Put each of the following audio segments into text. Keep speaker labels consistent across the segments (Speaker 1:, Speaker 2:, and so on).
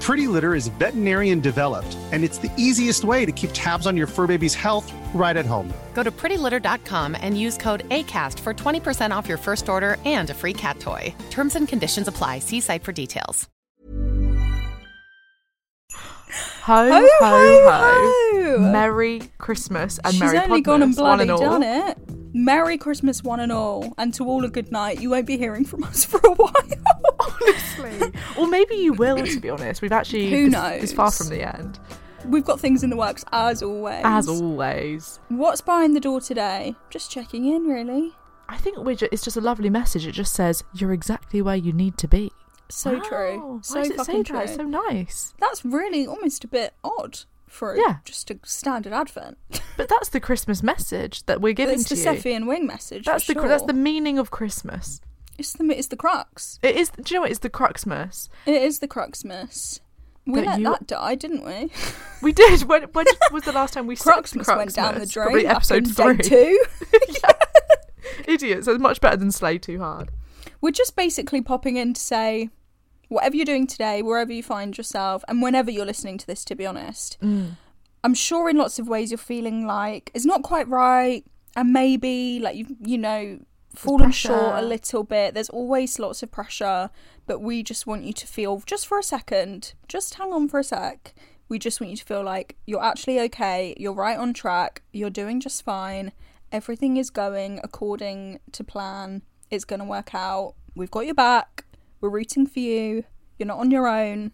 Speaker 1: Pretty Litter is veterinarian developed, and it's the easiest way to keep tabs on your fur baby's health right at home.
Speaker 2: Go to prettylitter.com and use code ACAST for 20% off your first order and a free cat toy. Terms and conditions apply. See site for details.
Speaker 3: Ho, ho, ho. Merry Christmas and
Speaker 4: She's
Speaker 3: Merry
Speaker 4: only
Speaker 3: Podmas,
Speaker 4: gone and
Speaker 3: one
Speaker 4: bloody
Speaker 3: and all.
Speaker 4: done it. Merry Christmas, one and all, and to all a good night. You won't be hearing from us for a while.
Speaker 3: Honestly. or maybe you will, to be honest. We've actually.
Speaker 4: Who
Speaker 3: this- It's
Speaker 4: knows?
Speaker 3: far from the end.
Speaker 4: We've got things in the works as always.
Speaker 3: As always.
Speaker 4: What's behind the door today? Just checking in, really.
Speaker 3: I think we're ju- it's just a lovely message. It just says, you're exactly where you need to be.
Speaker 4: So
Speaker 3: Wow,
Speaker 4: true. So
Speaker 3: Why does it
Speaker 4: fucking
Speaker 3: say
Speaker 4: true.
Speaker 3: that? It's so nice.
Speaker 4: That's really almost a bit odd for
Speaker 3: Yeah.
Speaker 4: just a standard advent.
Speaker 3: But that's the Christmas message that we're giving
Speaker 4: it's
Speaker 3: to
Speaker 4: the
Speaker 3: you.
Speaker 4: Sephian wing message.
Speaker 3: that's
Speaker 4: for
Speaker 3: the that's
Speaker 4: sure.
Speaker 3: the meaning of Christmas.
Speaker 4: It's the it's the crux.
Speaker 3: It is. Do you know what? It's the Cruxmas.
Speaker 4: It is the Cruxmas. We
Speaker 3: But
Speaker 4: let
Speaker 3: you-
Speaker 4: that die, didn't we?
Speaker 3: We did. When, when was the last time we said
Speaker 4: Cruxmas went down the
Speaker 3: Cruxmas?
Speaker 4: drain.
Speaker 3: Probably
Speaker 4: back
Speaker 3: episode
Speaker 4: in
Speaker 3: three.
Speaker 4: Day two.
Speaker 3: Idiots. That's much better than Slay Too Hard.
Speaker 4: We're just basically popping in to say whatever you're doing today, wherever you find yourself, and whenever you're listening to this, to be honest, I'm sure in lots of ways you're feeling like it's not quite right, and maybe like you you know fallen
Speaker 3: pressure.
Speaker 4: short a little bit. There's always lots of pressure, but we just want you to feel just for a second, just hang on for a sec. We just want you to feel like you're actually okay, you're right on track, you're doing just fine, everything is going according to plan, it's going to work out, we've got your back, we're rooting for you, you're not on your own,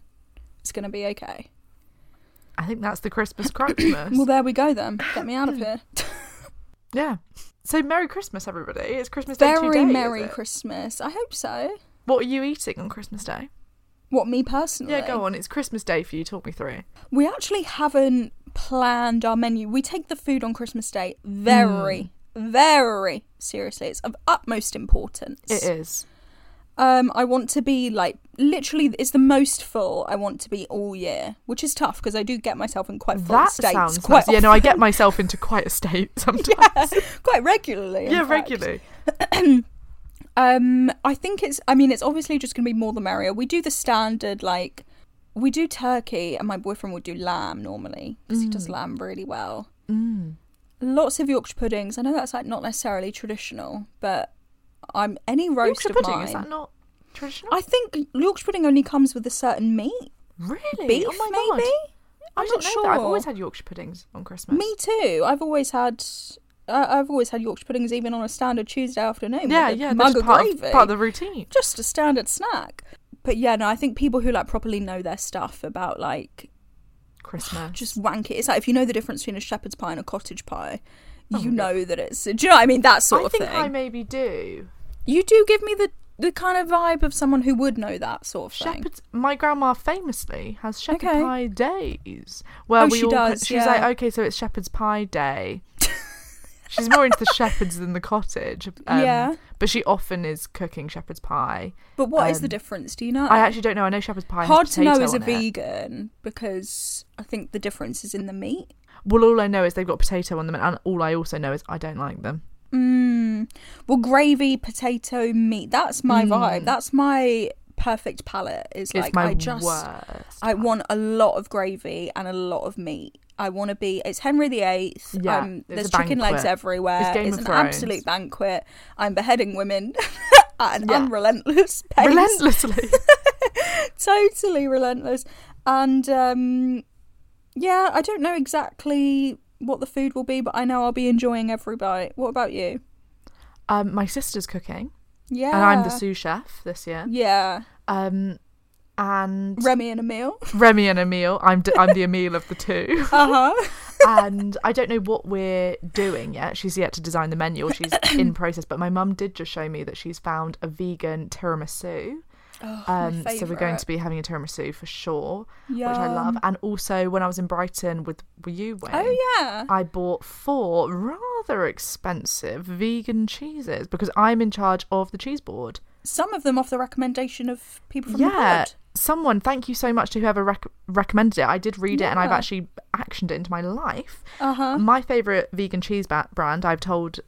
Speaker 4: it's going to be okay.
Speaker 3: I think that's the Christmas Cruxmas.
Speaker 4: Well, there we go then. Get me out of here.
Speaker 3: yeah. So Merry Christmas, everybody. It's Christmas Day
Speaker 4: Very
Speaker 3: today. is
Speaker 4: Merry
Speaker 3: it?
Speaker 4: Christmas. I hope so.
Speaker 3: What are you eating on Christmas Day?
Speaker 4: What, me personally?
Speaker 3: Yeah, go on. It's Christmas Day for you. Talk me through.
Speaker 4: We actually haven't planned our menu. We take the food on Christmas Day very,
Speaker 3: Mm.
Speaker 4: very seriously. It's of utmost importance.
Speaker 3: It is.
Speaker 4: Um, I want to be like literally, it's the most full I want to be all year, which is tough because I do get myself in quite full
Speaker 3: That
Speaker 4: states
Speaker 3: sounds
Speaker 4: quite
Speaker 3: nice. Yeah, no, I get
Speaker 4: often.
Speaker 3: myself into quite a state sometimes.
Speaker 4: quite regularly. in
Speaker 3: yeah
Speaker 4: fact.
Speaker 3: regularly.
Speaker 4: Um, I think it's. I mean, it's obviously just going to be more the merrier. We do the standard like we do turkey, and my boyfriend will do lamb normally because he
Speaker 3: Mm.
Speaker 4: does lamb really well. Lots of Yorkshire puddings. I know that's like not necessarily traditional, but I'm any roast
Speaker 3: Yorkshire
Speaker 4: of
Speaker 3: pudding
Speaker 4: mine.
Speaker 3: is that not traditional?
Speaker 4: I think Yorkshire pudding only comes with a certain meat,
Speaker 3: really
Speaker 4: beef
Speaker 3: oh my God.
Speaker 4: maybe.
Speaker 3: I
Speaker 4: I'm
Speaker 3: didn't
Speaker 4: not
Speaker 3: know
Speaker 4: sure.
Speaker 3: that. I've always had Yorkshire puddings on Christmas.
Speaker 4: Me too. I've always had. Uh, I've always had Yorkshire puddings, even on a standard Tuesday afternoon.
Speaker 3: Yeah,
Speaker 4: with a
Speaker 3: yeah,
Speaker 4: mug
Speaker 3: that's
Speaker 4: of
Speaker 3: part
Speaker 4: gravy.
Speaker 3: of, part of the routine.
Speaker 4: just a standard snack. But yeah, no, I think people who like properly know their stuff about like
Speaker 3: Christmas.
Speaker 4: just wank it. It's like if you know the difference between a shepherd's pie and a cottage pie, you know that it's. Do you know what I mean? That sort
Speaker 3: Oh I
Speaker 4: of
Speaker 3: think
Speaker 4: thing.
Speaker 3: I maybe do.
Speaker 4: You do give me the the kind of vibe of someone who would know that sort of thing.
Speaker 3: Shepherd's. My grandma famously has shepherd
Speaker 4: Okay.
Speaker 3: pie days. Where
Speaker 4: Oh,
Speaker 3: we
Speaker 4: she
Speaker 3: all put-
Speaker 4: does,
Speaker 3: She's
Speaker 4: yeah.
Speaker 3: like, okay, so it's shepherd's pie day. she's more into the shepherds than the cottage. um,
Speaker 4: Yeah.
Speaker 3: But she often is cooking shepherd's pie.
Speaker 4: But what is the
Speaker 3: Um,
Speaker 4: difference? Do you know?
Speaker 3: I actually don't know. I know shepherd's pie. has
Speaker 4: Uh, hard to know
Speaker 3: potato
Speaker 4: as a
Speaker 3: on it.
Speaker 4: vegan because I think the difference is in the meat.
Speaker 3: Well, all I know is they've got potato on them, and all I also know is I don't like them.
Speaker 4: Mm. Well, gravy, potato, meat. That's my vibe. That's my perfect palate. Is
Speaker 3: Mm. It's
Speaker 4: like
Speaker 3: my
Speaker 4: I just
Speaker 3: worst.
Speaker 4: I want a lot of gravy and a lot of meat. I want to be. It's Henry VIII.
Speaker 3: Yeah,
Speaker 4: um,
Speaker 3: it's
Speaker 4: there's
Speaker 3: a
Speaker 4: chicken legs
Speaker 3: banquet.
Speaker 4: everywhere.
Speaker 3: It's Game of
Speaker 4: an
Speaker 3: Thrones.
Speaker 4: absolute banquet. I'm beheading women at an
Speaker 3: Yeah.
Speaker 4: unrelentless pace.
Speaker 3: Relentlessly.
Speaker 4: totally relentless. And um, yeah, I don't know exactly what the food will be, but I know I'll be enjoying every bite. What about you?
Speaker 3: um, my sister's cooking,
Speaker 4: Yeah,
Speaker 3: and I'm the sous chef this year.
Speaker 4: Yeah.
Speaker 3: Um, and
Speaker 4: Remy and Emil.
Speaker 3: Remy and Emil. I'm d- I'm the Emil of the two.
Speaker 4: Uh
Speaker 3: Uh-huh.
Speaker 4: huh.
Speaker 3: and I don't know what we're doing yet. She's yet to design the menu, or she's in process. But my mum did just show me that she's found a vegan tiramisu.
Speaker 4: Oh,
Speaker 3: um, so we're going
Speaker 4: favourite.
Speaker 3: to be having a tiramisu for sure, which I love. And also, when I was in Brighton with were you, Wayne,
Speaker 4: Oh yeah.
Speaker 3: I bought four rather expensive vegan cheeses because I'm in charge of the cheese board.
Speaker 4: Some of them off the recommendation of people from
Speaker 3: yeah,
Speaker 4: the pod.
Speaker 3: someone, thank you so much to whoever rec- recommended it. I did read it and I've
Speaker 4: Yeah.
Speaker 3: actually actioned it into my life.
Speaker 4: Uh huh.
Speaker 3: My favorite vegan cheese ba- brand, I've told,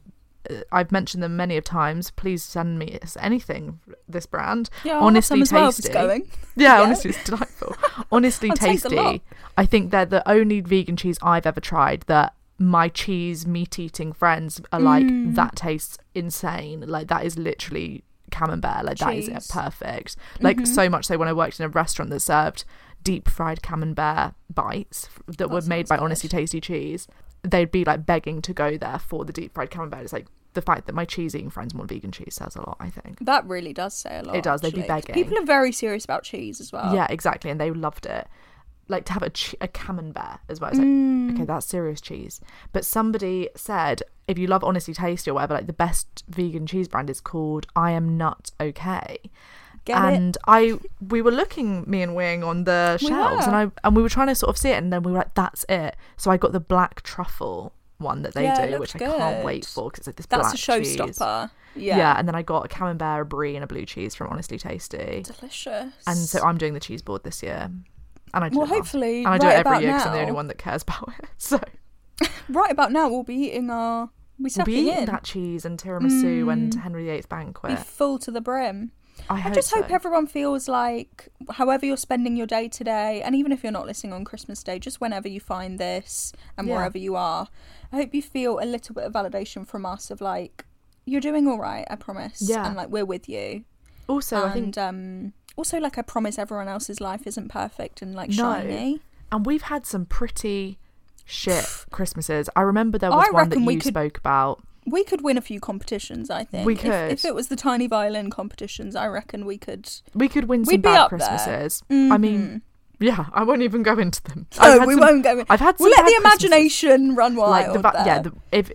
Speaker 3: uh, I've mentioned them many of times. Please send me s- anything this brand.
Speaker 4: Yeah, I'll have
Speaker 3: honestly
Speaker 4: some as
Speaker 3: tasty.
Speaker 4: well if it's going.
Speaker 3: Yeah, honestly, it's delightful. honestly
Speaker 4: I'll take a lot.
Speaker 3: tasty. I think they're the only vegan cheese I've ever tried that my cheese meat eating friends are like
Speaker 4: Mm.
Speaker 3: that tastes insane. Like that is literally camembert. Like that is
Speaker 4: Cheese. Mm-hmm.
Speaker 3: perfect. Like so much so when I worked in a restaurant that served deep fried camembert bites f- that
Speaker 4: Oh,
Speaker 3: were made by Honestly Tasty Cheese, they'd be like begging to go there for the deep fried camembert. It's like the fact that my cheese eating friends want vegan cheese says a lot, I think.
Speaker 4: That really does say a lot.
Speaker 3: It does, they'd be
Speaker 4: actually. 'Cause
Speaker 3: begging.
Speaker 4: People are very serious about cheese as well.
Speaker 3: Yeah, exactly, and they loved it. Like to have a che- a camembert as well. It's like
Speaker 4: Mm.
Speaker 3: okay, that's serious cheese. But somebody said if you love Honestly Tasty or whatever, like the best vegan cheese brand is called I Am Nut Okay.
Speaker 4: Get it?
Speaker 3: and I we were looking me and Wing on the
Speaker 4: We
Speaker 3: shelves, and
Speaker 4: were.
Speaker 3: I and we were trying to sort of see it, and then we were like, that's it. So I got the black truffle one that they
Speaker 4: Yeah, it
Speaker 3: do,
Speaker 4: looks
Speaker 3: which I can't
Speaker 4: good.
Speaker 3: wait for because it's like this
Speaker 4: That's
Speaker 3: black
Speaker 4: a
Speaker 3: cheese.
Speaker 4: showstopper.
Speaker 3: Yeah.
Speaker 4: Yeah.
Speaker 3: and then I got a camembert, a brie, and a blue cheese from Honestly Tasty.
Speaker 4: Delicious.
Speaker 3: And so I'm doing the cheese board this year. And I do
Speaker 4: Well,
Speaker 3: it now.
Speaker 4: hopefully,
Speaker 3: And I do
Speaker 4: right
Speaker 3: it every
Speaker 4: about
Speaker 3: year because I'm the only
Speaker 4: now-
Speaker 3: one that cares about it. So
Speaker 4: right about now, we'll be eating our. We
Speaker 3: we'll
Speaker 4: suck
Speaker 3: be
Speaker 4: it
Speaker 3: eating
Speaker 4: in.
Speaker 3: that cheese and tiramisu and Henry VIII's banquet.
Speaker 4: Be full to the brim.
Speaker 3: I,
Speaker 4: I just hope
Speaker 3: so.
Speaker 4: everyone feels like, however you're spending your day today, and even if you're not listening on Christmas Day, just whenever you find this and
Speaker 3: Yeah.
Speaker 4: wherever you are, I hope you feel a little bit of validation from us of like, you're doing all right, I promise.
Speaker 3: Yeah.
Speaker 4: And like, we're with you.
Speaker 3: Also,
Speaker 4: and
Speaker 3: I think
Speaker 4: um, also, like, I promise everyone else's life isn't perfect and like
Speaker 3: No.
Speaker 4: shiny.
Speaker 3: and we've had some pretty shit Christmases. I remember there
Speaker 4: I
Speaker 3: was one that
Speaker 4: reckon we
Speaker 3: you
Speaker 4: could-
Speaker 3: spoke about.
Speaker 4: We could win a few competitions, I think.
Speaker 3: We
Speaker 4: If-
Speaker 3: could.
Speaker 4: If, it was the tiny violin competitions, I reckon we could.
Speaker 3: We could win some
Speaker 4: We'd be
Speaker 3: bad
Speaker 4: up there.
Speaker 3: Christmases. I mean, yeah, I won't even go into them. I've
Speaker 4: Oh,
Speaker 3: had
Speaker 4: we
Speaker 3: some-
Speaker 4: won't go.
Speaker 3: I've had some
Speaker 4: We'll let
Speaker 3: bad
Speaker 4: the
Speaker 3: Christmases.
Speaker 4: imagination run wild.
Speaker 3: like the va- yeah the,
Speaker 4: there.
Speaker 3: if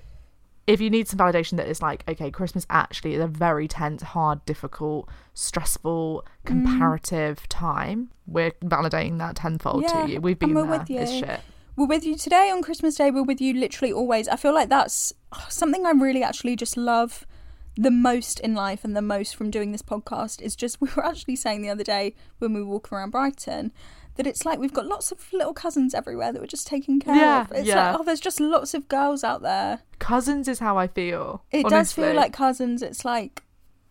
Speaker 3: if you need some validation that it's like okay christmas actually is a very tense hard difficult stressful
Speaker 4: Mm.
Speaker 3: comparative time we're validating that tenfold
Speaker 4: Yeah,
Speaker 3: to you we've been
Speaker 4: and we're
Speaker 3: there
Speaker 4: with
Speaker 3: it's
Speaker 4: you.
Speaker 3: shit
Speaker 4: We're with you today on Christmas Day. We're with you literally always. I feel like that's oh, something I really actually just love the most in life and the most from doing this podcast is just we were actually saying the other day when we were walking around Brighton that it's like we've got lots of little cousins everywhere that we're just taking care
Speaker 3: Yeah,
Speaker 4: of. It's
Speaker 3: yeah.
Speaker 4: like, oh, there's just lots of girls out there.
Speaker 3: cousins is how i feel
Speaker 4: It does feel
Speaker 3: honestly.
Speaker 4: like cousins. It's like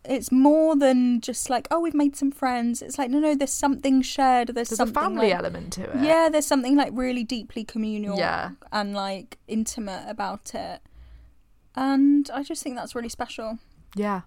Speaker 4: it's more than just like oh we've made some friends. It's like no no there's something shared. There's,
Speaker 3: there's a
Speaker 4: something
Speaker 3: family
Speaker 4: like,
Speaker 3: element to it
Speaker 4: yeah, there's something like really deeply communal
Speaker 3: Yeah.
Speaker 4: and like intimate about it. And I just think that's really special.
Speaker 3: yeah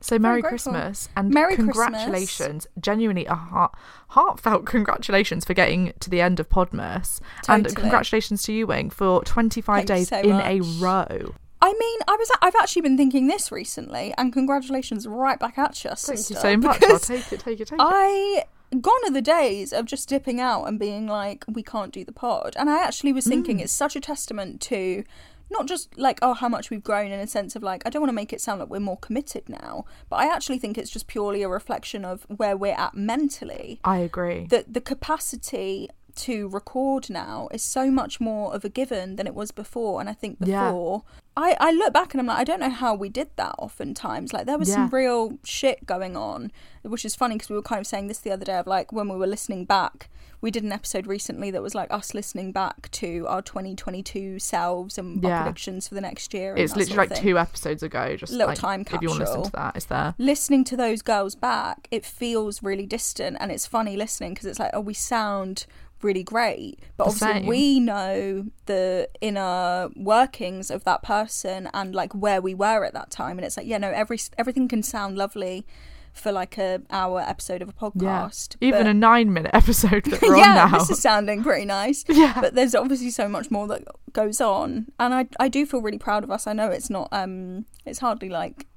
Speaker 3: so
Speaker 4: Very
Speaker 3: merry
Speaker 4: grateful.
Speaker 3: christmas and
Speaker 4: Merry Christmas.
Speaker 3: congratulations genuinely a heart- heartfelt congratulations for getting to the end of podmas and
Speaker 4: Totally.
Speaker 3: congratulations to you wing for 25
Speaker 4: Thanks
Speaker 3: days
Speaker 4: so
Speaker 3: in a
Speaker 4: much.
Speaker 3: row
Speaker 4: I mean, I was I've actually been thinking this recently, and congratulations right back at you.
Speaker 3: Thank you
Speaker 4: sister,
Speaker 3: so much. I'll
Speaker 4: because
Speaker 3: take it, take it, take it.
Speaker 4: I gone are the days of just dipping out and being like, we can't do the pod. And I actually was
Speaker 3: Mm.
Speaker 4: thinking it's such a testament to not just like oh how much we've grown in a sense of like I don't want to make it sound like we're more committed now, but I actually think it's just purely a reflection of where we're at mentally.
Speaker 3: I agree.
Speaker 4: that the capacity to record now is so much more of a given than it was before and i think
Speaker 3: Yeah.
Speaker 4: before I, I look back and i'm like i don't know how we did that oftentimes like there was some
Speaker 3: Yeah.
Speaker 4: real shit going on which is funny because we were kind of saying this the other day of like when we were listening back we did an episode recently that was like us listening back to our 2022 selves and
Speaker 3: Yeah.
Speaker 4: our predictions for the next year and
Speaker 3: It's
Speaker 4: that
Speaker 3: literally
Speaker 4: sort of
Speaker 3: like
Speaker 4: thing
Speaker 3: two episodes ago. Just
Speaker 4: Little
Speaker 3: like,
Speaker 4: time
Speaker 3: If you want to listen
Speaker 4: capsule.
Speaker 3: to that, it's there.
Speaker 4: listening to those girls back, it feels really distant and it's funny listening because it's like, oh, we sound really great. But
Speaker 3: The
Speaker 4: obviously,
Speaker 3: same.
Speaker 4: we know the inner workings of that person and like where we were at that time. And it's like, yeah, no, every, everything can sound lovely for like a hour episode of a
Speaker 3: Yeah.
Speaker 4: podcast.
Speaker 3: Even
Speaker 4: but-
Speaker 3: a nine-minute episode that we're
Speaker 4: yeah,
Speaker 3: on now.
Speaker 4: this is sounding pretty nice.
Speaker 3: Yeah.
Speaker 4: But there's obviously so much more that goes on. And I I do feel really proud of us. I know it's not um it's
Speaker 3: Mm.
Speaker 4: hardly like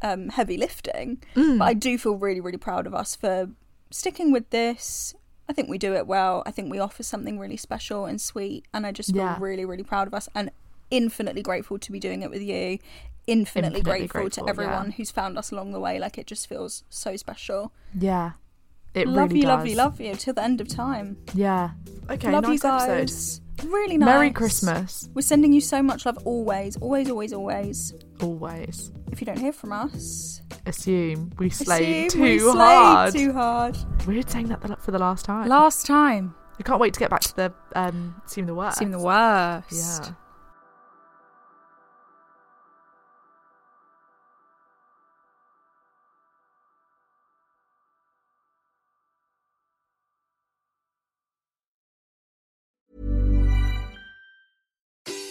Speaker 4: um heavy lifting, but I do feel really, really proud of us for sticking with this, I think we do it well. I think we offer something really special and sweet. And I just feel
Speaker 3: Yeah.
Speaker 4: really, really proud of us and infinitely grateful to be doing it with you. Infinitely,
Speaker 3: Infinitely
Speaker 4: grateful,
Speaker 3: grateful,
Speaker 4: to
Speaker 3: yeah.
Speaker 4: everyone who's found us along the way. Like it just feels so special.
Speaker 3: Yeah. It
Speaker 4: love
Speaker 3: really
Speaker 4: you,
Speaker 3: does.
Speaker 4: love you, love you till the end of time.
Speaker 3: Yeah. Okay,
Speaker 4: love
Speaker 3: nice
Speaker 4: you
Speaker 3: episode.
Speaker 4: guys. Really nice.
Speaker 3: Merry Christmas.
Speaker 4: We're sending you so much love always, always, always, always.
Speaker 3: Always.
Speaker 4: If you don't hear from us,
Speaker 3: Assume we slay
Speaker 4: assume
Speaker 3: too
Speaker 4: we slayed
Speaker 3: hard.
Speaker 4: Too hard.
Speaker 3: We're saying that the- for the last time.
Speaker 4: Last time.
Speaker 3: I can't wait to get back to the um, seem the worst.
Speaker 4: Seemed the worst.
Speaker 3: Yeah.